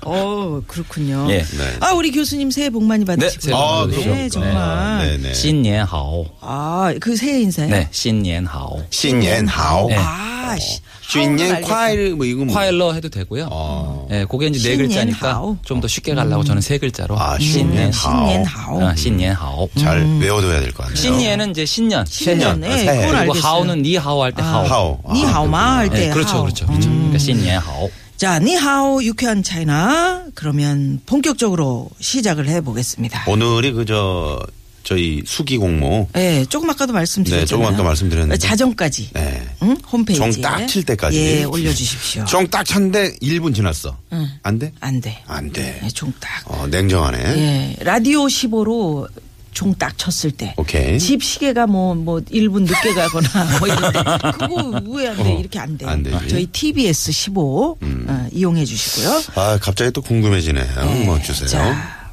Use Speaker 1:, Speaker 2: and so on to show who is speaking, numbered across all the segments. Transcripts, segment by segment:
Speaker 1: 어 그렇군요.
Speaker 2: 예. 네,
Speaker 3: 네.
Speaker 1: 아 우리 교수님 새해 복 많이 받으시고.
Speaker 2: 새해 복
Speaker 3: 아,
Speaker 2: 많이
Speaker 3: 그래요?
Speaker 1: 네, 정말.
Speaker 3: 네네
Speaker 2: 신년하오.
Speaker 1: 아그 새해 인사요.
Speaker 2: 네, 신년하오.
Speaker 3: 신옌하오
Speaker 2: 네.
Speaker 1: 아 씨.
Speaker 3: 신옌 콰일 뭐 이거 뭐
Speaker 2: 화일러 해도 되고요.
Speaker 3: 어.
Speaker 2: 예, 그게 이제 네
Speaker 1: 신년
Speaker 2: 글자니까
Speaker 1: 하오.
Speaker 2: 좀 더 쉽게 가려고 저는 세 글자로.
Speaker 3: 아, 신년
Speaker 2: 신년
Speaker 3: 하오.
Speaker 1: 음. 신년하오. 음.
Speaker 3: 음.
Speaker 2: 아, 신년 하오.
Speaker 3: 잘 외워둬야 될 것 같네요
Speaker 2: 신년은 이제 신년.
Speaker 1: 신년.
Speaker 3: 아,
Speaker 1: 네,
Speaker 3: 새해.
Speaker 1: 그건
Speaker 2: 그리고
Speaker 1: 알겠어요.
Speaker 2: 하오는 니 하오 할 때 하오.
Speaker 3: 하오 아,
Speaker 1: 니하오마 할 때.
Speaker 2: 네, 그렇죠,
Speaker 1: 하오. 음.
Speaker 2: 그렇죠, 그렇죠. 그러니까 신년 하오.
Speaker 1: 자 니하오 유쾌한 차이나 그러면 본격적으로 시작을 해보겠습니다.
Speaker 3: 오늘이 그저 저희 수기 공모
Speaker 1: 네, 조금 아까도 말씀드렸잖아요.
Speaker 3: 네, 조금 아까 말씀드렸는데.
Speaker 1: 자정까지.
Speaker 3: 네.
Speaker 1: 응? 홈페이지에.
Speaker 3: 정 딱 칠 때까지.
Speaker 1: 예, 올려주십시오.
Speaker 3: 정딱 쳤는데 1분 지났어. 안 돼?
Speaker 1: 안 돼.
Speaker 3: 안 돼.
Speaker 1: 네, 종딱.
Speaker 3: 어, 냉정하네.
Speaker 1: 예, 라디오 15로 종 딱 쳤을 때.
Speaker 3: 음. 오케이.
Speaker 1: 집 시계가 뭐, 뭐, 1분 늦게 가거나 뭐 이런데. 그거 왜 안 돼? 이렇게 안 돼.
Speaker 3: 어, 안 되지. 음.
Speaker 1: 저희 TBS 15 어, 이용해 주시고요.
Speaker 3: 아, 갑자기 또 궁금해지네요. 뭐 주세요.
Speaker 1: 예. 자,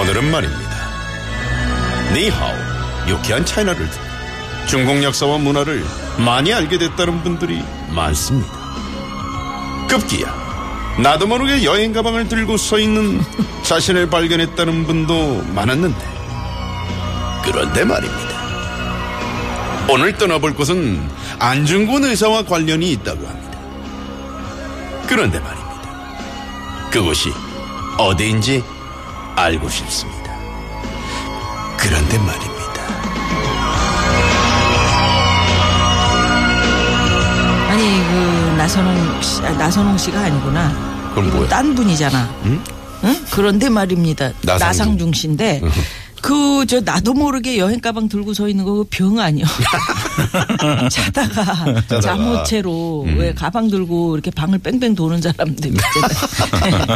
Speaker 3: 오늘은 말입니다. 니하오, 유쾌한 차이나를 듣고 중국 역사와 문화를 많이 알게 됐다는 분들이 많습니다. 급기야, 나도 모르게 여행 가방을 들고 서 있는 자신을 발견했다는 분도 많았는데, 그런데 말입니다. 오늘 떠나볼 곳은 안중근 의사와 관련이 있다고 합니다. 그런데 말입니다. 그곳이 어디인지 알고 싶습니다. 그런데 말입니다.
Speaker 1: 아니, 그, 나선홍 씨, 아, 나선홍 씨가 아니구나.
Speaker 3: 그럼
Speaker 1: 이거
Speaker 3: 뭐야?
Speaker 1: 딴 분이잖아. 응? 그런데 말입니다.
Speaker 3: 나상중.
Speaker 1: 나상중 씨인데. 그, 저, 나도 모르게 여행가방 들고 서 있는 거그 병 아니야. 자다가, 잠옷채로
Speaker 3: 음.
Speaker 1: 왜 가방 들고 이렇게 방을 뺑뺑 도는 사람들 있잖아요.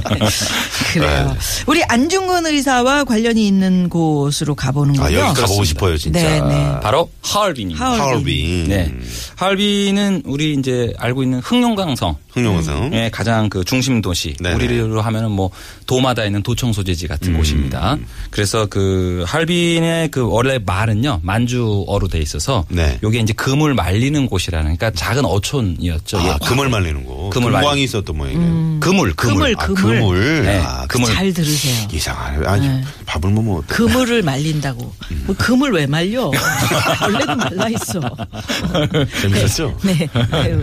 Speaker 1: 그래요.
Speaker 3: 네.
Speaker 1: 우리 안중근 의사와 관련이 있는 곳으로 가보는
Speaker 3: 아,
Speaker 1: 거요.
Speaker 3: 여기 가보고 싶어요, 진짜.
Speaker 1: 네, 네.
Speaker 2: 바로 하얼빈입니다.
Speaker 1: 하얼빈.
Speaker 3: 하얼빈.
Speaker 2: 네, 하얼빈은 우리 이제 알고 있는 흑룡강성.
Speaker 3: 흥룡원성.
Speaker 2: 의 가장 그 중심 도시
Speaker 3: 네네.
Speaker 2: 우리로 하면은 뭐 도마다 있는 도청 소재지 같은 곳입니다. 그래서 그 할빈의 그 원래 말은요 만주어로 돼 있어서
Speaker 3: 네.
Speaker 2: 요게 이제 금을 말리는 곳이라는 그러니까 작은 어촌이었죠.
Speaker 3: 아,
Speaker 2: 예.
Speaker 3: 금을 말리는 거.
Speaker 2: 금을
Speaker 3: 금광이
Speaker 2: 말리-
Speaker 3: 있었던 모양이네요.
Speaker 2: 그물 그물
Speaker 3: 아,
Speaker 1: 그물.
Speaker 3: 그물.
Speaker 2: 네,
Speaker 3: 아,
Speaker 2: 그물.
Speaker 1: 잘 들으세요.
Speaker 3: 이상하네. 아니, 밥을 못 먹었다.
Speaker 1: 그물을 말린다고.
Speaker 3: 음.
Speaker 1: 뭐 금을 왜 말려? 원래도 말라 있어.
Speaker 3: 재밌었죠?
Speaker 1: 네. 아유.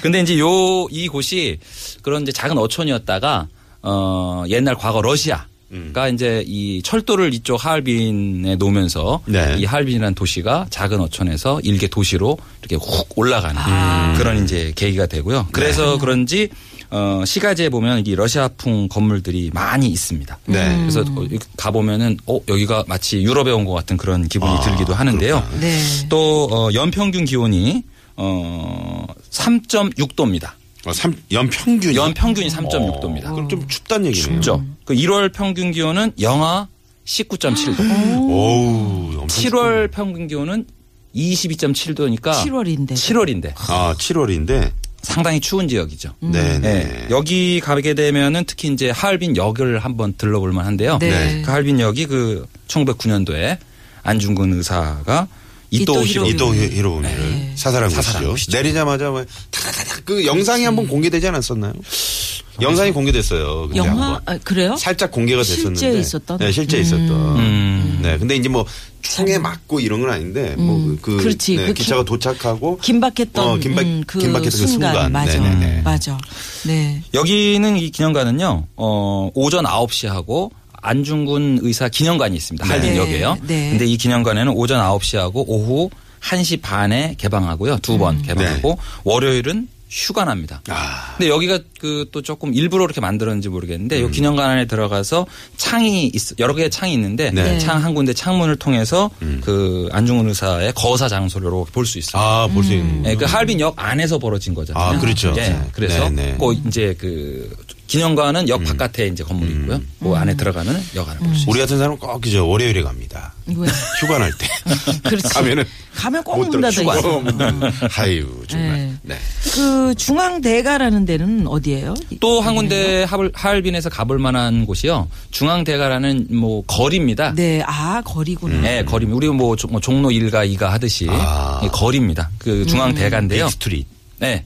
Speaker 2: 근데 이제 요 이곳이 그런 이제 작은 어촌이었다가 어 옛날 과거 러시아
Speaker 3: 음.
Speaker 2: 가 이제 이 철도를 이쪽 하얼빈에 놓으면서
Speaker 3: 네.
Speaker 2: 이 하얼빈이라는 도시가 작은 어촌에서 일개 도시로 이렇게 훅 올라가는
Speaker 3: 아.
Speaker 2: 그런 이제 계기가
Speaker 3: 네.
Speaker 2: 되고요. 그래서 그런지 어 시가지에 보면 이 러시아풍 건물들이 많이 있습니다.
Speaker 3: 네.
Speaker 2: 그래서 어, 가 보면은 어 여기가 마치 유럽에 온 것 같은 그런 기분이
Speaker 3: 아,
Speaker 2: 들기도 하는데요.
Speaker 3: 그렇구나.
Speaker 1: 네.
Speaker 2: 또 어, 연평균 기온이 어 3.6도입니다.
Speaker 3: 어, 삼, 연평균이
Speaker 2: 네.
Speaker 3: 어,
Speaker 2: 연평균이 3.6도입니다.
Speaker 1: 어.
Speaker 3: 그럼 좀 춥단 얘기네요.
Speaker 2: 춥죠.
Speaker 1: 음.
Speaker 2: 그 1월 평균 기온은 영하
Speaker 1: 음. 어,
Speaker 2: 19.7도.
Speaker 3: 오우, 엄청
Speaker 2: 7월 평균 기온은 22.7도니까
Speaker 1: 7월인데.
Speaker 2: 7월인데
Speaker 3: 춥- 아, 7월인데.
Speaker 2: 상당히 추운 지역이죠.
Speaker 1: 음.
Speaker 3: 네,
Speaker 2: 네.
Speaker 3: 네.
Speaker 2: 여기 가게 되면은 특히 이제 하얼빈 역을 한번 들러볼 만한데요.
Speaker 1: 네.
Speaker 2: 그 하얼빈 역이 그 1909년도에 안중근 의사가
Speaker 1: 이토
Speaker 2: 이토 히로
Speaker 3: 이동 히로부미를 사살한 것이죠. 내리자마자 막 타다다닥 그 영상이 한번 공개되지 않았었나요? 영상이 공개됐어요. 근데
Speaker 1: 영화
Speaker 3: 네, 한번.
Speaker 1: 아, 그래요?
Speaker 3: 살짝 공개가 됐었는데
Speaker 1: 실제 있었던?
Speaker 3: 네, 실제 있었던.
Speaker 2: 음.
Speaker 3: 네, 근데 이제 뭐 총에 맞고 이런 건 아닌데 뭐그 네,
Speaker 1: 그렇지. 그 기-
Speaker 3: 기차가 도착하고
Speaker 1: 긴박했던
Speaker 3: 어, 긴박-
Speaker 1: 음, 그
Speaker 3: 긴박했던 그
Speaker 1: 순간,
Speaker 3: 순간.
Speaker 1: 맞아
Speaker 3: 네네네.
Speaker 1: 맞아 네
Speaker 2: 여기는 이 기념관은요. 어, 오전 9시 하고 안중근 의사 기념관이 있습니다. 할린역에요.
Speaker 1: 네.
Speaker 2: 근데 이 기념관에는 오전 9시하고 오후 1시 반에 개방하고요. 두 번 개방하고 월요일은 휴관합니다.
Speaker 3: 음. 네. 아.
Speaker 2: 근데 여기가 그 또 조금 일부러 이렇게 만들었는지 모르겠는데
Speaker 3: 음.
Speaker 2: 이 기념관 안에 들어가서 창이 있, 여러 개의 창이 있는데
Speaker 3: 네. 음.
Speaker 2: 창 한 군데 창문을 통해서 그 안중근 의사의 거사 장소로 볼 수 있어요.
Speaker 3: 아, 볼 수 있는.
Speaker 2: 예, 그 할빈역 안에서 벌어진 거잖아요.
Speaker 3: 아, 그렇죠.
Speaker 2: 예,
Speaker 3: 네. 네,
Speaker 2: 그래서
Speaker 3: 음. 네.
Speaker 2: 그 이제 그 기념관은 역 바깥에 이제 건물이 있고요.
Speaker 3: 음.
Speaker 2: 그 안에 들어가면 역 안을 볼 수 있어요.
Speaker 3: 우리 같은 사람은 꼭 그죠. 월요일에 갑니다.
Speaker 1: 왜?
Speaker 3: 휴관할 때.
Speaker 1: 그렇지.
Speaker 3: 가면은
Speaker 1: 가면 꼭
Speaker 3: 못 들어-
Speaker 1: 문닫아 있어.
Speaker 3: 휴관. 아유, 정말. 네.
Speaker 1: 그 중앙대가라는 데는 어디예요?
Speaker 2: 또 한 군데 하얼- 하얼빈에서 가볼 만한 곳이요. 중앙대가라는 뭐 거리입니다.
Speaker 1: 네, 아 거리구나.
Speaker 2: 네, 거리. 우리 뭐 종- 뭐 종로 일가이가 하듯이
Speaker 3: 아.
Speaker 2: 예, 거리입니다. 그 중앙대가인데요.
Speaker 3: 스트릿.
Speaker 2: 네.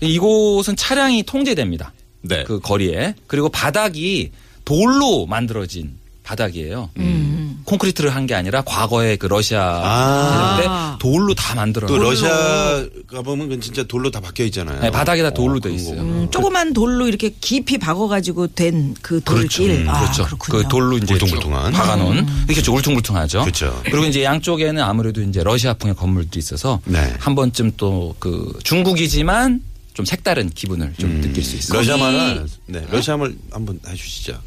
Speaker 2: 이곳은 차량이 통제됩니다.
Speaker 3: 네.
Speaker 2: 그 거리에. 그리고 바닥이 돌로 만들어진 바닥이에요. 음. 콘크리트를 한 게 아니라 과거에 그
Speaker 3: 아.
Speaker 2: 러시아 대전 때 돌로 다 만들어.
Speaker 3: 또 러시아 가보면 그 진짜 돌로 다 박혀 있잖아요.
Speaker 2: 네, 바닥에 다 돌로 돼
Speaker 3: 그런
Speaker 2: 있어요.
Speaker 3: 거구나.
Speaker 1: 음, 조그만 돌로 이렇게 깊이 박아가지고 된 그
Speaker 3: 그렇죠.
Speaker 1: 돌길.
Speaker 3: 음,
Speaker 1: 아,
Speaker 2: 그렇죠.
Speaker 1: 그렇군요.
Speaker 2: 그 돌로 이제
Speaker 3: 울퉁불퉁한.
Speaker 2: 쭉 박아놓은 이렇게 좀 울퉁불퉁하죠.
Speaker 3: 그렇죠.
Speaker 2: 리고 이제 양쪽에는 아무래도 이제 러시아풍의 건물들이 있어서
Speaker 3: 네.
Speaker 2: 한 번쯤 또 그 중국이지만 좀 색다른 기분을 좀
Speaker 3: 음.
Speaker 2: 느낄 수 있어요.
Speaker 3: 러시아 말을 네, 러시아 말 한번 해 주시죠.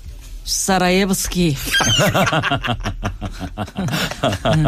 Speaker 1: 사라예브스키. 음.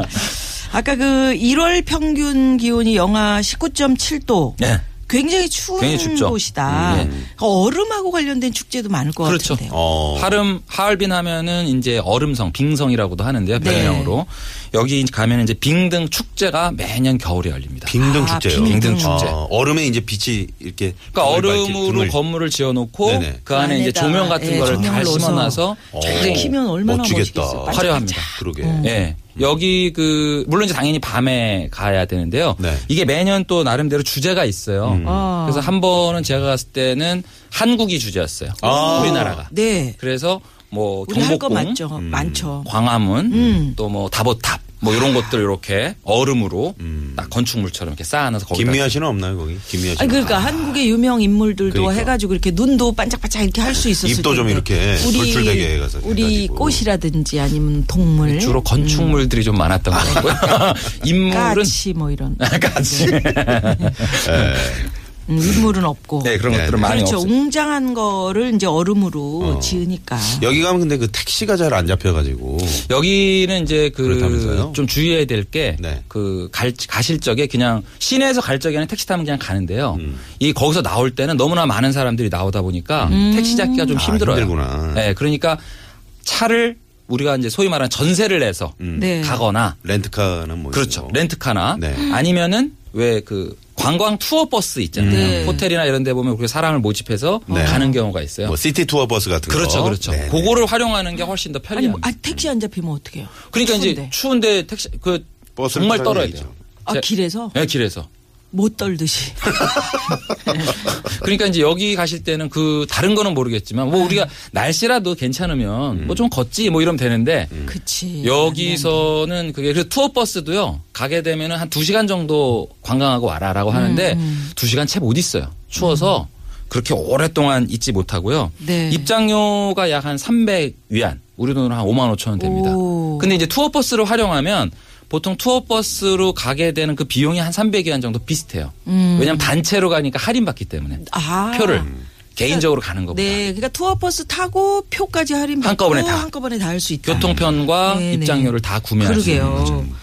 Speaker 1: 아까 그 1월 평균 기온이 영하 19.7도.
Speaker 2: 네.
Speaker 3: 예.
Speaker 1: 굉장히 추운
Speaker 2: 굉장히 춥죠.
Speaker 3: 음,
Speaker 1: 곳이다. 그러니까 얼음하고 관련된 축제도 많을 것
Speaker 2: 그렇죠.
Speaker 1: 같은데요.
Speaker 3: 어.
Speaker 2: 하름 하얼빈 하면은 이제 얼음성, 빙성이라고도 하는데요.
Speaker 1: 네.
Speaker 2: 평양으로 여기 가면 이제 빙등 축제가 매년 겨울에 열립니다.
Speaker 3: 빙등
Speaker 1: 아,
Speaker 3: 축제요.
Speaker 2: 빙등 축제.
Speaker 3: 어, 얼음에 이제 빛이 이렇게
Speaker 2: 그러니까
Speaker 3: 등을 밝힐-
Speaker 2: 얼음으로
Speaker 3: 등을-
Speaker 2: 건물을 지어놓고
Speaker 3: 네네.
Speaker 2: 그 안에 이제
Speaker 1: 안에다가,
Speaker 2: 조명 같은
Speaker 1: 예,
Speaker 2: 거를 잘
Speaker 1: 조명을 넣어서
Speaker 2: 심어놔서
Speaker 1: 쫙 키면 얼마나
Speaker 3: 멋지겠다.
Speaker 1: 멋있겠어요. 어.
Speaker 2: 화려합니다.
Speaker 3: 그러게.
Speaker 2: 예. 여기 그 물론 이제 당연히 밤에 가야 되는데요.
Speaker 3: 네. 음.
Speaker 2: 이게 매년 또 나름대로 주제가 있어요.
Speaker 1: 아.
Speaker 2: 그래서 한 번은 제가 갔을 때는 한국이 주제였어요.
Speaker 3: 아.
Speaker 2: 우리나라가.
Speaker 1: 네.
Speaker 2: 그래서 뭐
Speaker 1: 우리 할 거
Speaker 2: 경복궁,
Speaker 1: 많죠.
Speaker 3: 음.
Speaker 1: 많죠.
Speaker 2: 광화문,
Speaker 1: 음.
Speaker 2: 또 뭐 다보탑 뭐 이런 것들 이렇게 얼음으로 딱 건축물처럼 이렇게 쌓아놔서 거기다
Speaker 3: 김미아 씨는 없나요 거기? 김미아 씨.
Speaker 1: 아니 그러니까 한국의 유명 인물들도
Speaker 3: 그러니까.
Speaker 1: 해가지고 이렇게 눈도 반짝반짝 이렇게 할 수 있었을
Speaker 3: 입도 좀
Speaker 1: 텐데.
Speaker 3: 이렇게 돌출되게 해가서
Speaker 1: 우리
Speaker 3: 해가지고. 네,
Speaker 1: 꽃이라든지 아니면 동물
Speaker 2: 주로 건축물들이 좀 많았던 것 같고요. 인물은 아,
Speaker 1: 까치 뭐 이런
Speaker 2: 같이
Speaker 1: 음, 인물은 없고
Speaker 2: 네 그런
Speaker 3: 네, 네.
Speaker 2: 것들은 많이
Speaker 1: 그렇죠
Speaker 2: 없어요. 어.
Speaker 1: 웅장한 거를 이제 얼음으로 지으니까
Speaker 3: 여기 가면 근데 그 택시가 잘 안 잡혀가지고.
Speaker 2: 여기는 이제 그
Speaker 3: 그렇다면서요?
Speaker 2: 좀 주의해야 될 게
Speaker 3: 네.
Speaker 2: 그 가실 적에 그냥 시내에서 갈 적에는 택시 타면 그냥 가는데요. 이 거기서 나올 때는 너무나 많은 사람들이 나오다 보니까
Speaker 1: 음.
Speaker 2: 택시 잡기가 좀
Speaker 3: 아,
Speaker 2: 힘들어요.
Speaker 3: 힘들구나.
Speaker 2: 네, 그러니까 차를 우리가 이제 소위 말하는 전세를 내서
Speaker 1: 네.
Speaker 2: 가거나
Speaker 3: 렌트카는 뭐.
Speaker 2: 그렇죠.
Speaker 3: 있고.
Speaker 2: 렌트카나
Speaker 3: 네.
Speaker 2: 아니면은 왜 그 관광 투어 버스 있잖아요.
Speaker 1: 네.
Speaker 2: 호텔이나 이런 데 보면 그렇게 사람을 모집해서
Speaker 3: 네.
Speaker 2: 가는 경우가 있어요.
Speaker 3: 뭐 시티 투어 버스 같은
Speaker 2: 그렇죠,
Speaker 3: 거.
Speaker 2: 그렇죠.
Speaker 3: 네네.
Speaker 2: 그거를 활용하는 게 훨씬 더
Speaker 1: 아니
Speaker 2: 편리합니다.
Speaker 1: 뭐, 아,
Speaker 2: 네.
Speaker 1: 택시 안 잡히면 어떡해요
Speaker 2: 그러니까
Speaker 1: 추운데.
Speaker 2: 이제 추운데 택시 그
Speaker 3: 버스를
Speaker 2: 정말
Speaker 3: 타는
Speaker 2: 떨어야
Speaker 3: 얘기죠.
Speaker 2: 돼요.
Speaker 1: 아,
Speaker 2: 제-
Speaker 1: 길에서
Speaker 2: 네, 길에서.
Speaker 1: 못 떨듯이
Speaker 2: 그러니까 이제 여기 가실 때는 그 다른 거는 모르겠지만
Speaker 1: 네.
Speaker 2: 뭐 우리가 날씨라도 괜찮으면 뭐 좀 걷지 뭐 이러면 되는데
Speaker 3: 음.
Speaker 1: 아, 그치
Speaker 2: 여기서는 그게 그 투어 버스도요. 가게 되면은 한 2시간 정도 관광하고 와라라고
Speaker 1: 음,
Speaker 2: 하는데 두 2시간 채 못 있어요. 추워서 그렇게 오랫동안 있지 못하고요.
Speaker 1: 네.
Speaker 2: 입장료가 약 한 300 위안. 우리 돈으로 한 5만 5천 원 됩니다.
Speaker 1: 오.
Speaker 2: 근데 이제 투어 버스를 활용하면 보통 투어 버스로 가게 되는 그 비용이 한 300여 원 정도 비슷해요. 왜냐면 단체로 가니까 할인 받기 때문에
Speaker 1: 음. 아.
Speaker 2: 표를 개인적으로 가는 것보다
Speaker 1: 네, 그러니까 투어버스 타고 표까지 할인 받고
Speaker 2: 한꺼번에 다.
Speaker 1: 한꺼번에 다 할 수 있다.
Speaker 2: 교통편과
Speaker 1: 아. 네네.
Speaker 2: 입장료를 다 구매할 수 있는 거죠.
Speaker 1: 그러게요.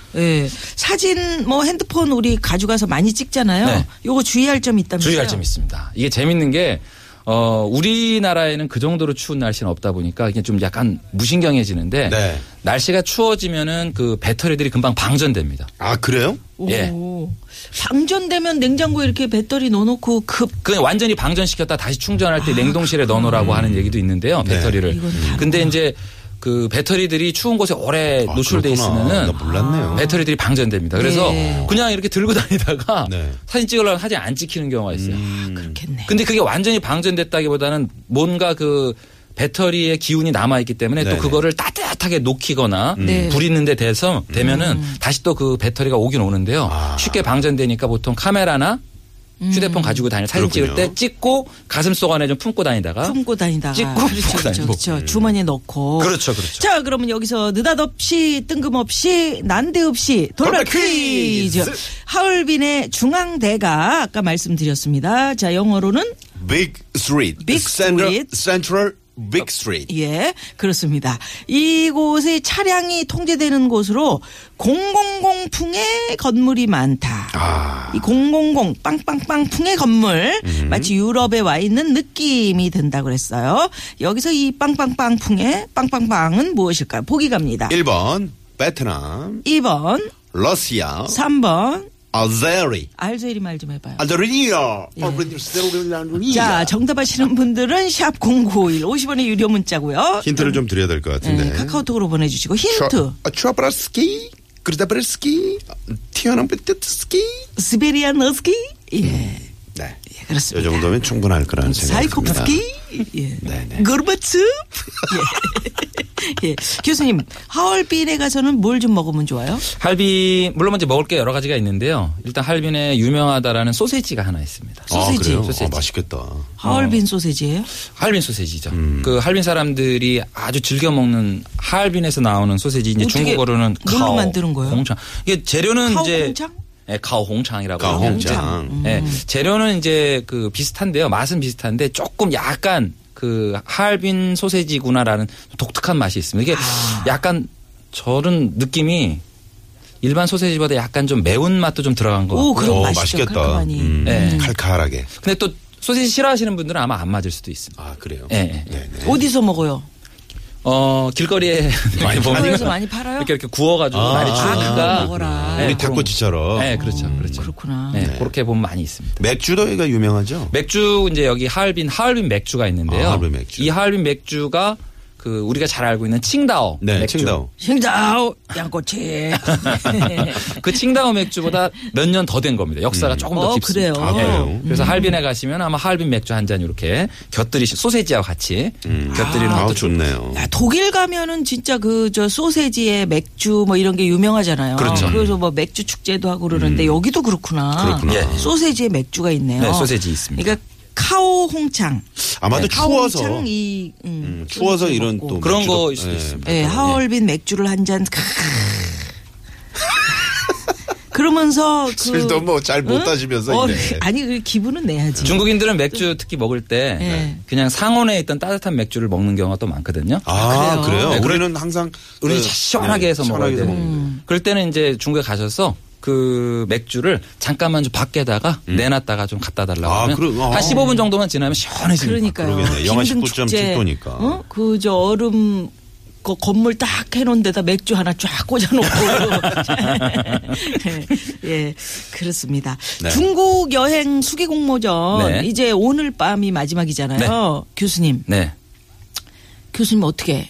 Speaker 1: 예. 사진 뭐 핸드폰 우리 가져가서 많이 찍잖아요.
Speaker 2: 네.
Speaker 1: 요거 주의할 점이 있다면서요.
Speaker 2: 주의할 점이 있습니다. 이게 재밌는 게 어, 우리나라에는 그 정도로 추운 날씨는 없다 보니까 이게 좀 약간 무신경해지는데
Speaker 3: 네.
Speaker 2: 날씨가 추워지면은 그 배터리들이 금방 방전됩니다.
Speaker 3: 아 그래요?
Speaker 1: 오.
Speaker 2: 예.
Speaker 1: 방전되면 냉장고에 이렇게 배터리 넣어 놓고 급
Speaker 2: 그 완전히 방전시켰다 다시 충전할
Speaker 3: 아.
Speaker 2: 때 냉동실에 넣어놓으라고 하는 얘기도 있는데요.
Speaker 3: 네.
Speaker 2: 배터리를.
Speaker 1: 이건 다르구나.
Speaker 2: 근데 이제 그 배터리들이 추운 곳에 오래
Speaker 3: 아,
Speaker 2: 네, 노출돼
Speaker 3: 그렇구나.
Speaker 2: 있으면은
Speaker 3: 나
Speaker 2: 아,
Speaker 3: 몰랐네요. 예.
Speaker 2: 배터리들이 방전됩니다. 그래서
Speaker 1: 네.
Speaker 2: 그냥 이렇게 들고 다니다가
Speaker 3: 네.
Speaker 2: 사진 찍으려면 사진 안 찍히는 경우가 있어요.
Speaker 1: 아,
Speaker 3: 음.
Speaker 1: 그렇겠네.
Speaker 2: 음. 근데 그게 완전히 방전됐다기보다는 뭔가 그 배터리의 기운이 남아있기 때문에
Speaker 3: 네네. 음.
Speaker 2: 또 그거를 따뜻하게 녹히거나
Speaker 1: 네.
Speaker 2: 불 있는데 대서 되면은 다시 또 그 배터리가 오긴 오는데요.
Speaker 3: 아.
Speaker 2: 쉽게 방전되니까 보통 카메라나
Speaker 1: 음.
Speaker 2: 휴대폰 가지고 다닐 사진
Speaker 3: 그렇군요.
Speaker 2: 찍을 때 찍고 가슴 속 안에 좀 품고 다니다가
Speaker 1: 품고 다니다가
Speaker 2: 찍고 품고
Speaker 1: 그렇죠,
Speaker 2: 다니고.
Speaker 1: 그렇죠. 주머니에 넣고
Speaker 2: 그렇죠, 그렇죠.
Speaker 1: 자 그러면 여기서 느닷없이 뜬금없이 난데없이 돌발
Speaker 3: 돌발 퀴즈.
Speaker 1: 퀴즈 하얼빈의 중앙대가 아까 말씀드렸습니다 자 영어로는
Speaker 3: 빅 스트리트.
Speaker 1: 빅 스트리트.
Speaker 3: 센트럴 빅 스트리트.
Speaker 1: 예 그렇습니다 이곳의 차량이 통제되는 곳으로 000풍의 건물이 많다
Speaker 3: 아.
Speaker 1: 이 000, 빵빵빵풍의 건물,
Speaker 3: 음.
Speaker 1: 마치 유럽에 와 있는 느낌이 든다고 그랬어요. 여기서 이 빵빵빵풍의 빵빵빵은 무엇일까요? 보기 갑니다.
Speaker 3: 1번 베트남,
Speaker 1: 2번,
Speaker 3: 러시아,
Speaker 1: 3번,
Speaker 3: 알제리.
Speaker 1: 알제리 말 좀 해봐요.
Speaker 3: 알제리아.
Speaker 1: 예.
Speaker 3: Oh,
Speaker 1: 자, 정답하시는 분들은 샵0951 50원의 유료 문자고요.
Speaker 3: 힌트를 좀 드려야 될 것 같은데.
Speaker 1: 네, 카카오톡으로 보내주시고 힌트
Speaker 3: 추아브라스키, 그르다브라스키, 티어넘베트스키.
Speaker 1: 스베리아 너스키 예,
Speaker 3: 네.
Speaker 1: 예,
Speaker 3: 이
Speaker 1: 그렇습니다. 음,
Speaker 3: 정도면 충분할 거라는 생각이 듭니다.
Speaker 1: 사이코프스키 예.
Speaker 3: 네네.
Speaker 1: 고르바츠 예. 예. 교수님 하얼빈에 가서는 뭘 좀 먹으면 좋아요?
Speaker 2: 할빈 물론 이제 먹을 게 여러 가지가 있는데요. 일단 할빈에 유명하다라는 소세지가 하나 있습니다.
Speaker 3: 아,
Speaker 1: 소세지.
Speaker 3: 그래요?
Speaker 2: 소세지.
Speaker 3: 아, 맛있겠다. 어.
Speaker 1: 하얼빈 소세지예요?
Speaker 2: 할빈 소세지죠. 그 할빈 사람들이 아주 즐겨 먹는 할빈에서 나오는 소세지 이제
Speaker 1: 어떻게
Speaker 2: 중국어로는
Speaker 1: 뭘로
Speaker 2: 카오
Speaker 1: 만드는 거예요?
Speaker 2: 홍창. 이게 재료는
Speaker 1: 카오
Speaker 2: 이제
Speaker 1: 홍창? 음.
Speaker 2: 예, 카오 홍창이라고
Speaker 3: 가오
Speaker 2: 하죠.
Speaker 3: 홍장.
Speaker 2: 예, 재료는 이제 그 비슷한데요. 맛은 비슷한데 조금 약간 그 할빈 소세지구나라는 독특한 맛이 있습니다. 이게
Speaker 1: 아.
Speaker 2: 약간 저런 느낌이 일반 소세지보다 약간 좀 매운 맛도 좀 들어간 거.
Speaker 1: 오,
Speaker 2: 같고.
Speaker 1: 그럼
Speaker 3: 어,
Speaker 1: 맛있죠.
Speaker 3: 맛있겠다.
Speaker 1: 깔끔하니.
Speaker 3: 음,
Speaker 2: 네.
Speaker 3: 칼칼하게.
Speaker 2: 근데 또 소세지 싫어하시는 분들은 아마 안 맞을 수도 있습니다.
Speaker 3: 아, 그래요?
Speaker 2: 예, 예.
Speaker 3: 네네.
Speaker 1: 어디서 먹어요?
Speaker 2: 어 길거리에
Speaker 3: 많이
Speaker 2: 이렇게 보면
Speaker 1: 팔아요? 많이 팔아요? 아,
Speaker 2: 이렇게 이렇게 구워가지고 많이
Speaker 1: 그거
Speaker 2: 주니까
Speaker 1: 먹어라. 음,
Speaker 3: 우리
Speaker 2: 네, 그런
Speaker 3: 닭꼬치처럼.
Speaker 2: 네 그렇죠 그렇죠
Speaker 1: 그렇구나.
Speaker 2: 네, 그렇게 보면 많이 있습니다.
Speaker 3: 맥주도 여기가 유명하죠?
Speaker 2: 맥주 이제 여기 하얼빈 하얼빈 맥주가 있는데요.
Speaker 3: 아, 하얼빈 맥주.
Speaker 2: 이 하얼빈 맥주가 그 우리가 잘 알고 있는 칭다오
Speaker 3: 네,
Speaker 2: 맥주.
Speaker 3: 칭다오.
Speaker 1: 싱자오 양꼬치.
Speaker 2: 그 칭다오 맥주보다 몇 년 더 된 겁니다. 역사가 조금 더
Speaker 1: 어, 그래요?
Speaker 2: 깊습니다.
Speaker 3: 음.
Speaker 1: 음.
Speaker 3: 아, 그래요?
Speaker 2: 래서 할빈에 가시면 아마 할빈 맥주 한 잔 이렇게 곁들이시 소세지하고 같이 곁들이는
Speaker 3: 아,
Speaker 2: 것도 좋-
Speaker 3: 좋네요.
Speaker 1: 야, 독일 가면은 진짜 그 저 소세지에 맥주 뭐 이런 게 유명하잖아요.
Speaker 2: 그렇죠.
Speaker 1: 래서뭐 맥주 축제도 하고 그러는데 여기도 그렇구나.
Speaker 3: 음. 그렇구나.
Speaker 2: 예.
Speaker 1: 소세지에 맥주가 있네요.
Speaker 2: 네, 소세지 있습니다.
Speaker 1: 그러니까 카오 홍창.
Speaker 3: 아마도 추워서.
Speaker 1: 카오 홍창 이 음,
Speaker 3: 음, 추워서
Speaker 1: 소세지
Speaker 3: 이런
Speaker 1: 네. 먹고.
Speaker 3: 또.
Speaker 2: 그런
Speaker 3: 맥주도-
Speaker 2: 거일 수도
Speaker 3: 예.
Speaker 2: 있습니다.
Speaker 1: 예, 하얼빈 맥주를 한 잔. 크으. 그러면서 그
Speaker 3: 술도 뭐잘못 따지면서
Speaker 1: 어,
Speaker 3: 이제.
Speaker 1: 아니 그 기분은
Speaker 3: 음.
Speaker 1: 내야지.
Speaker 2: 중국인들은 맥주 특히 먹을 때
Speaker 1: 예.
Speaker 2: 그냥 상온에 있던 따뜻한 맥주를 먹는 경우가 또 많거든요.
Speaker 3: 네. 아, 그래요?
Speaker 2: 네, 그럴-
Speaker 3: 우리는 항상.
Speaker 2: 우리
Speaker 3: 그-
Speaker 2: 시원하게
Speaker 3: 네,
Speaker 2: 해서 먹어야
Speaker 3: 시원하게
Speaker 2: 돼요.
Speaker 3: 해서 먹는데.
Speaker 2: 그럴 때는 이제 중국에 가셔서 그 맥주를 잠깐만 좀 밖에다가 내놨다가 좀 갖다 달라고
Speaker 3: 음. 아,
Speaker 2: 하면
Speaker 3: 그러- 아.
Speaker 2: 한 15분 정도만 지나면 시원해집니다.
Speaker 1: 그러니까요.
Speaker 3: 그러겠네. 영하
Speaker 1: 빈등
Speaker 3: 19.7
Speaker 1: 축제,
Speaker 3: 도니까.
Speaker 1: 어? 그저 얼음 그 건물 딱 해놓은 데다 맥주 하나 쫙 꽂아놓고 예 그렇습니다.
Speaker 3: 네.
Speaker 1: 중국 여행 수기 공모전
Speaker 2: 네.
Speaker 1: 이제 오늘 밤이 마지막이잖아요.
Speaker 2: 네.
Speaker 1: 교수님
Speaker 2: 네.
Speaker 1: 교수님 어떻게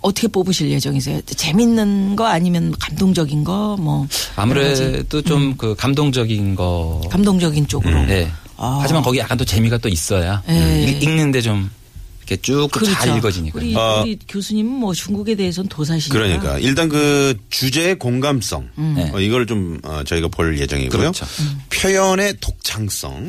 Speaker 1: 어떻게 뽑으실 예정이세요? 재밌는 거 아니면 감동적인 거 뭐
Speaker 2: 아무래도 좀
Speaker 3: 음.
Speaker 2: 그 감동적인 거.
Speaker 1: 감동적인 쪽으로
Speaker 2: 네.
Speaker 1: 아.
Speaker 2: 하지만 거기 약간 또 재미가 또 있어야
Speaker 1: 예.
Speaker 2: 읽- 읽는데 좀 이렇게 쭉쭉 그 잘 읽어지니까.
Speaker 1: 그렇죠. 우리,
Speaker 3: 어.
Speaker 1: 우리 교수님은 뭐 중국에 대해서는 도사시니까.
Speaker 2: 음.
Speaker 3: 그러니까 일단 그 주제의 공감성
Speaker 1: 음.
Speaker 3: 어, 이걸 좀 어, 저희가 볼 예정이고요.
Speaker 2: 네. 그렇죠.
Speaker 3: 표현의 독창성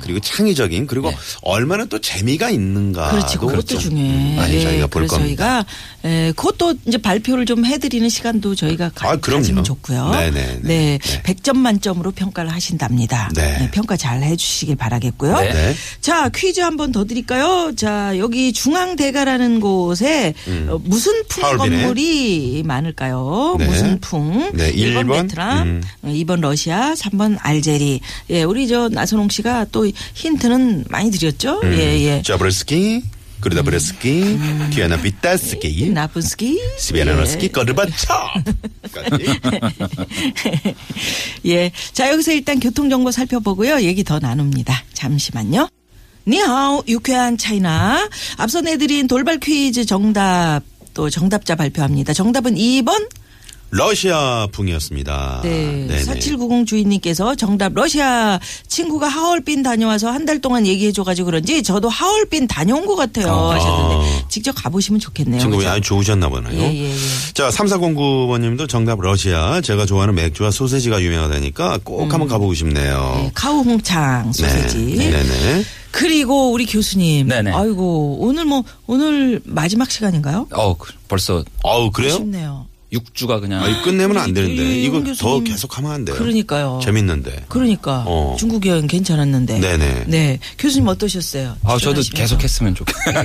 Speaker 3: 그리고 창의적인 그리고
Speaker 2: 네.
Speaker 3: 얼마나 또 재미가 있는가.
Speaker 1: 그렇지, 그것도 중요해.
Speaker 3: 그렇죠. 음, 많이
Speaker 1: 예,
Speaker 3: 저희가 볼
Speaker 1: 그래서
Speaker 3: 겁니다.
Speaker 1: 저희가 에, 그것도 이제 발표를 좀 해드리는 시간도 저희가 가,
Speaker 3: 아, 그럼요.
Speaker 1: 가지면 좋고요.
Speaker 3: 네네네.
Speaker 1: 네,
Speaker 3: 네.
Speaker 1: 100점 만점으로 평가를 하신답니다.
Speaker 3: 네.
Speaker 1: 평가 잘 해주시길 바라겠고요.
Speaker 2: 네.
Speaker 3: 네.
Speaker 1: 자 퀴즈 한 번 더 드릴까요? 자 여기 중앙대가라는 곳에 어, 무슨 풍
Speaker 3: 하얼빈에.
Speaker 1: 건물이 많을까요?
Speaker 3: 음. 네.
Speaker 1: 무슨 풍?
Speaker 3: 네,
Speaker 1: 일 번
Speaker 3: 일본.
Speaker 1: 베트남,
Speaker 3: 음.
Speaker 1: 어, 2번 러시아, 3번 알제리. 예, 우리 저 나선홍 씨가 또 힌트는 많이 드렸죠?
Speaker 3: 음.
Speaker 1: 예, 음. 예.
Speaker 3: 자브르스키 그러다 브레스키 디아나 비타스키
Speaker 1: 나쁜 스키.
Speaker 3: 스베나노스키
Speaker 1: 예.
Speaker 3: 거르바차.
Speaker 1: 예. 자, 여기서 일단 교통정보 살펴보고요. 얘기 더 나눕니다. 잠시만요. 니하오, 유쾌한 차이나. 앞서 내드린 돌발 퀴즈 정답, 또 정답자 발표합니다. 정답은 2번.
Speaker 3: 러시아 풍이었습니다.
Speaker 1: 네.
Speaker 3: 네네.
Speaker 1: 4790 주인님께서 정답 러시아 친구가 하얼빈 다녀와서 한 달 동안 얘기해줘가지고 그런지 저도 하얼빈 다녀온 것 같아요 하셨는데 직접 가보시면 좋겠네요.
Speaker 3: 친구분이
Speaker 1: 그죠?
Speaker 3: 아주 좋으셨나 보나요?
Speaker 1: 예, 예, 예.
Speaker 3: 자, 3409번님도 정답 러시아. 제가 좋아하는 맥주와 소세지가 유명하다니까 꼭 한번 가보고
Speaker 1: 네,
Speaker 3: 싶네요.
Speaker 1: 카우 홍창 소세지.
Speaker 3: 네, 네, 네.
Speaker 1: 그리고 우리 교수님.
Speaker 2: 네네.
Speaker 1: 아이고 오늘 뭐 오늘 마지막 시간인가요?
Speaker 2: 어, 그- 벌써
Speaker 3: 어우, 그래요?
Speaker 1: 쉽네요.
Speaker 2: 6주가 그냥
Speaker 3: 아, 끝내면 안 되는데.
Speaker 1: 이-
Speaker 3: 이거
Speaker 1: 예, 이용
Speaker 3: 더
Speaker 1: 교수님.
Speaker 3: 계속 하면 안 돼요.
Speaker 1: 그러니까요.
Speaker 3: 네. 재밌는데.
Speaker 1: 그러니까
Speaker 3: 어.
Speaker 1: 중국 여행 괜찮았는데.
Speaker 3: 네네.
Speaker 1: 네. 교수님 어떠셨어요?
Speaker 2: 아, 저도
Speaker 1: 출연하시면서.
Speaker 2: 계속 했으면 좋겠어요.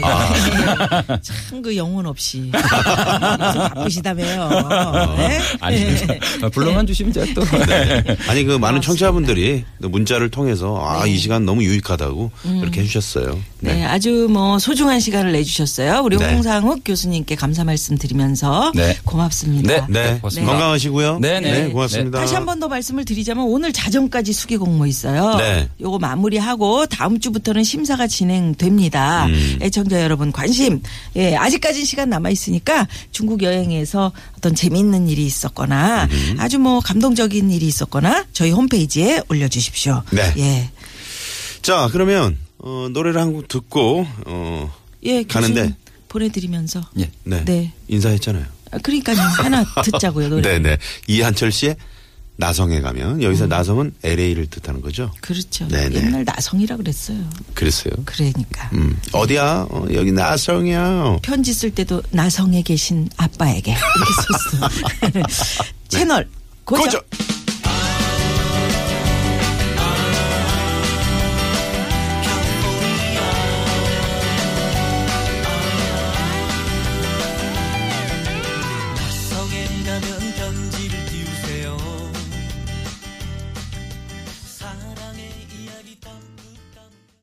Speaker 1: 참 그 영혼 없이 그래서 바쁘시다며요. 네?
Speaker 2: 아닙니다. 불러만 주시면 제가 또. 네.
Speaker 3: 아니, 그 많은 청취자분들이 문자를 통해서 아, 이 시간 너무 유익하다고 이렇게 해주셨어요.
Speaker 1: 음. 네,
Speaker 3: 네.
Speaker 1: 아주 뭐 소중한 시간을 내주셨어요. 우리
Speaker 3: 네.
Speaker 1: 홍상욱 교수님께 감사 말씀드리면서
Speaker 2: 네.
Speaker 1: 고맙습니다.
Speaker 2: 네,
Speaker 3: 네.
Speaker 2: 고맙습니다.
Speaker 3: 건강하시고요.
Speaker 2: 네, 네.
Speaker 3: 고맙습니다.
Speaker 1: 다시 한 번 더 말씀을 드리자면 오늘 자정까지 수기 공모 있어요.
Speaker 3: 네.
Speaker 1: 요거 마무리하고 다음 주부터는 심사가 진행됩니다.
Speaker 3: 음.
Speaker 1: 애청자 여러분 관심. 예, 아직까지 시간 남아 있으니까 중국 여행에서 어떤 재미있는 일이 있었거나
Speaker 3: 음.
Speaker 1: 아주 뭐 감동적인 일이 있었거나 저희 홈페이지에 올려 주십시오.
Speaker 3: 네.
Speaker 1: 예.
Speaker 3: 자, 그러면 어, 노래를 한 곡 듣고 어,
Speaker 1: 예,
Speaker 3: 가는데.
Speaker 1: 교수님 보내드리면서.
Speaker 2: 예.
Speaker 3: 네.
Speaker 1: 네.
Speaker 3: 인사했잖아요.
Speaker 1: 아, 그러니까요. 하나 듣자고요, 노래.
Speaker 3: 네네. 이한철 씨의 나성에 가면
Speaker 1: 음.
Speaker 3: 여기서 나성은 LA를 뜻하는 거죠.
Speaker 1: 그렇죠.
Speaker 3: 네네.
Speaker 1: 옛날 나성이라 그랬어요.
Speaker 3: 그랬어요.
Speaker 1: 그러니까.
Speaker 3: 음. 어디야? 어, 여기 나성이야.
Speaker 1: 편지 쓸 때도 나성에 계신 아빠에게 이렇게 썼어. 네. 채널 고정.
Speaker 3: 고정.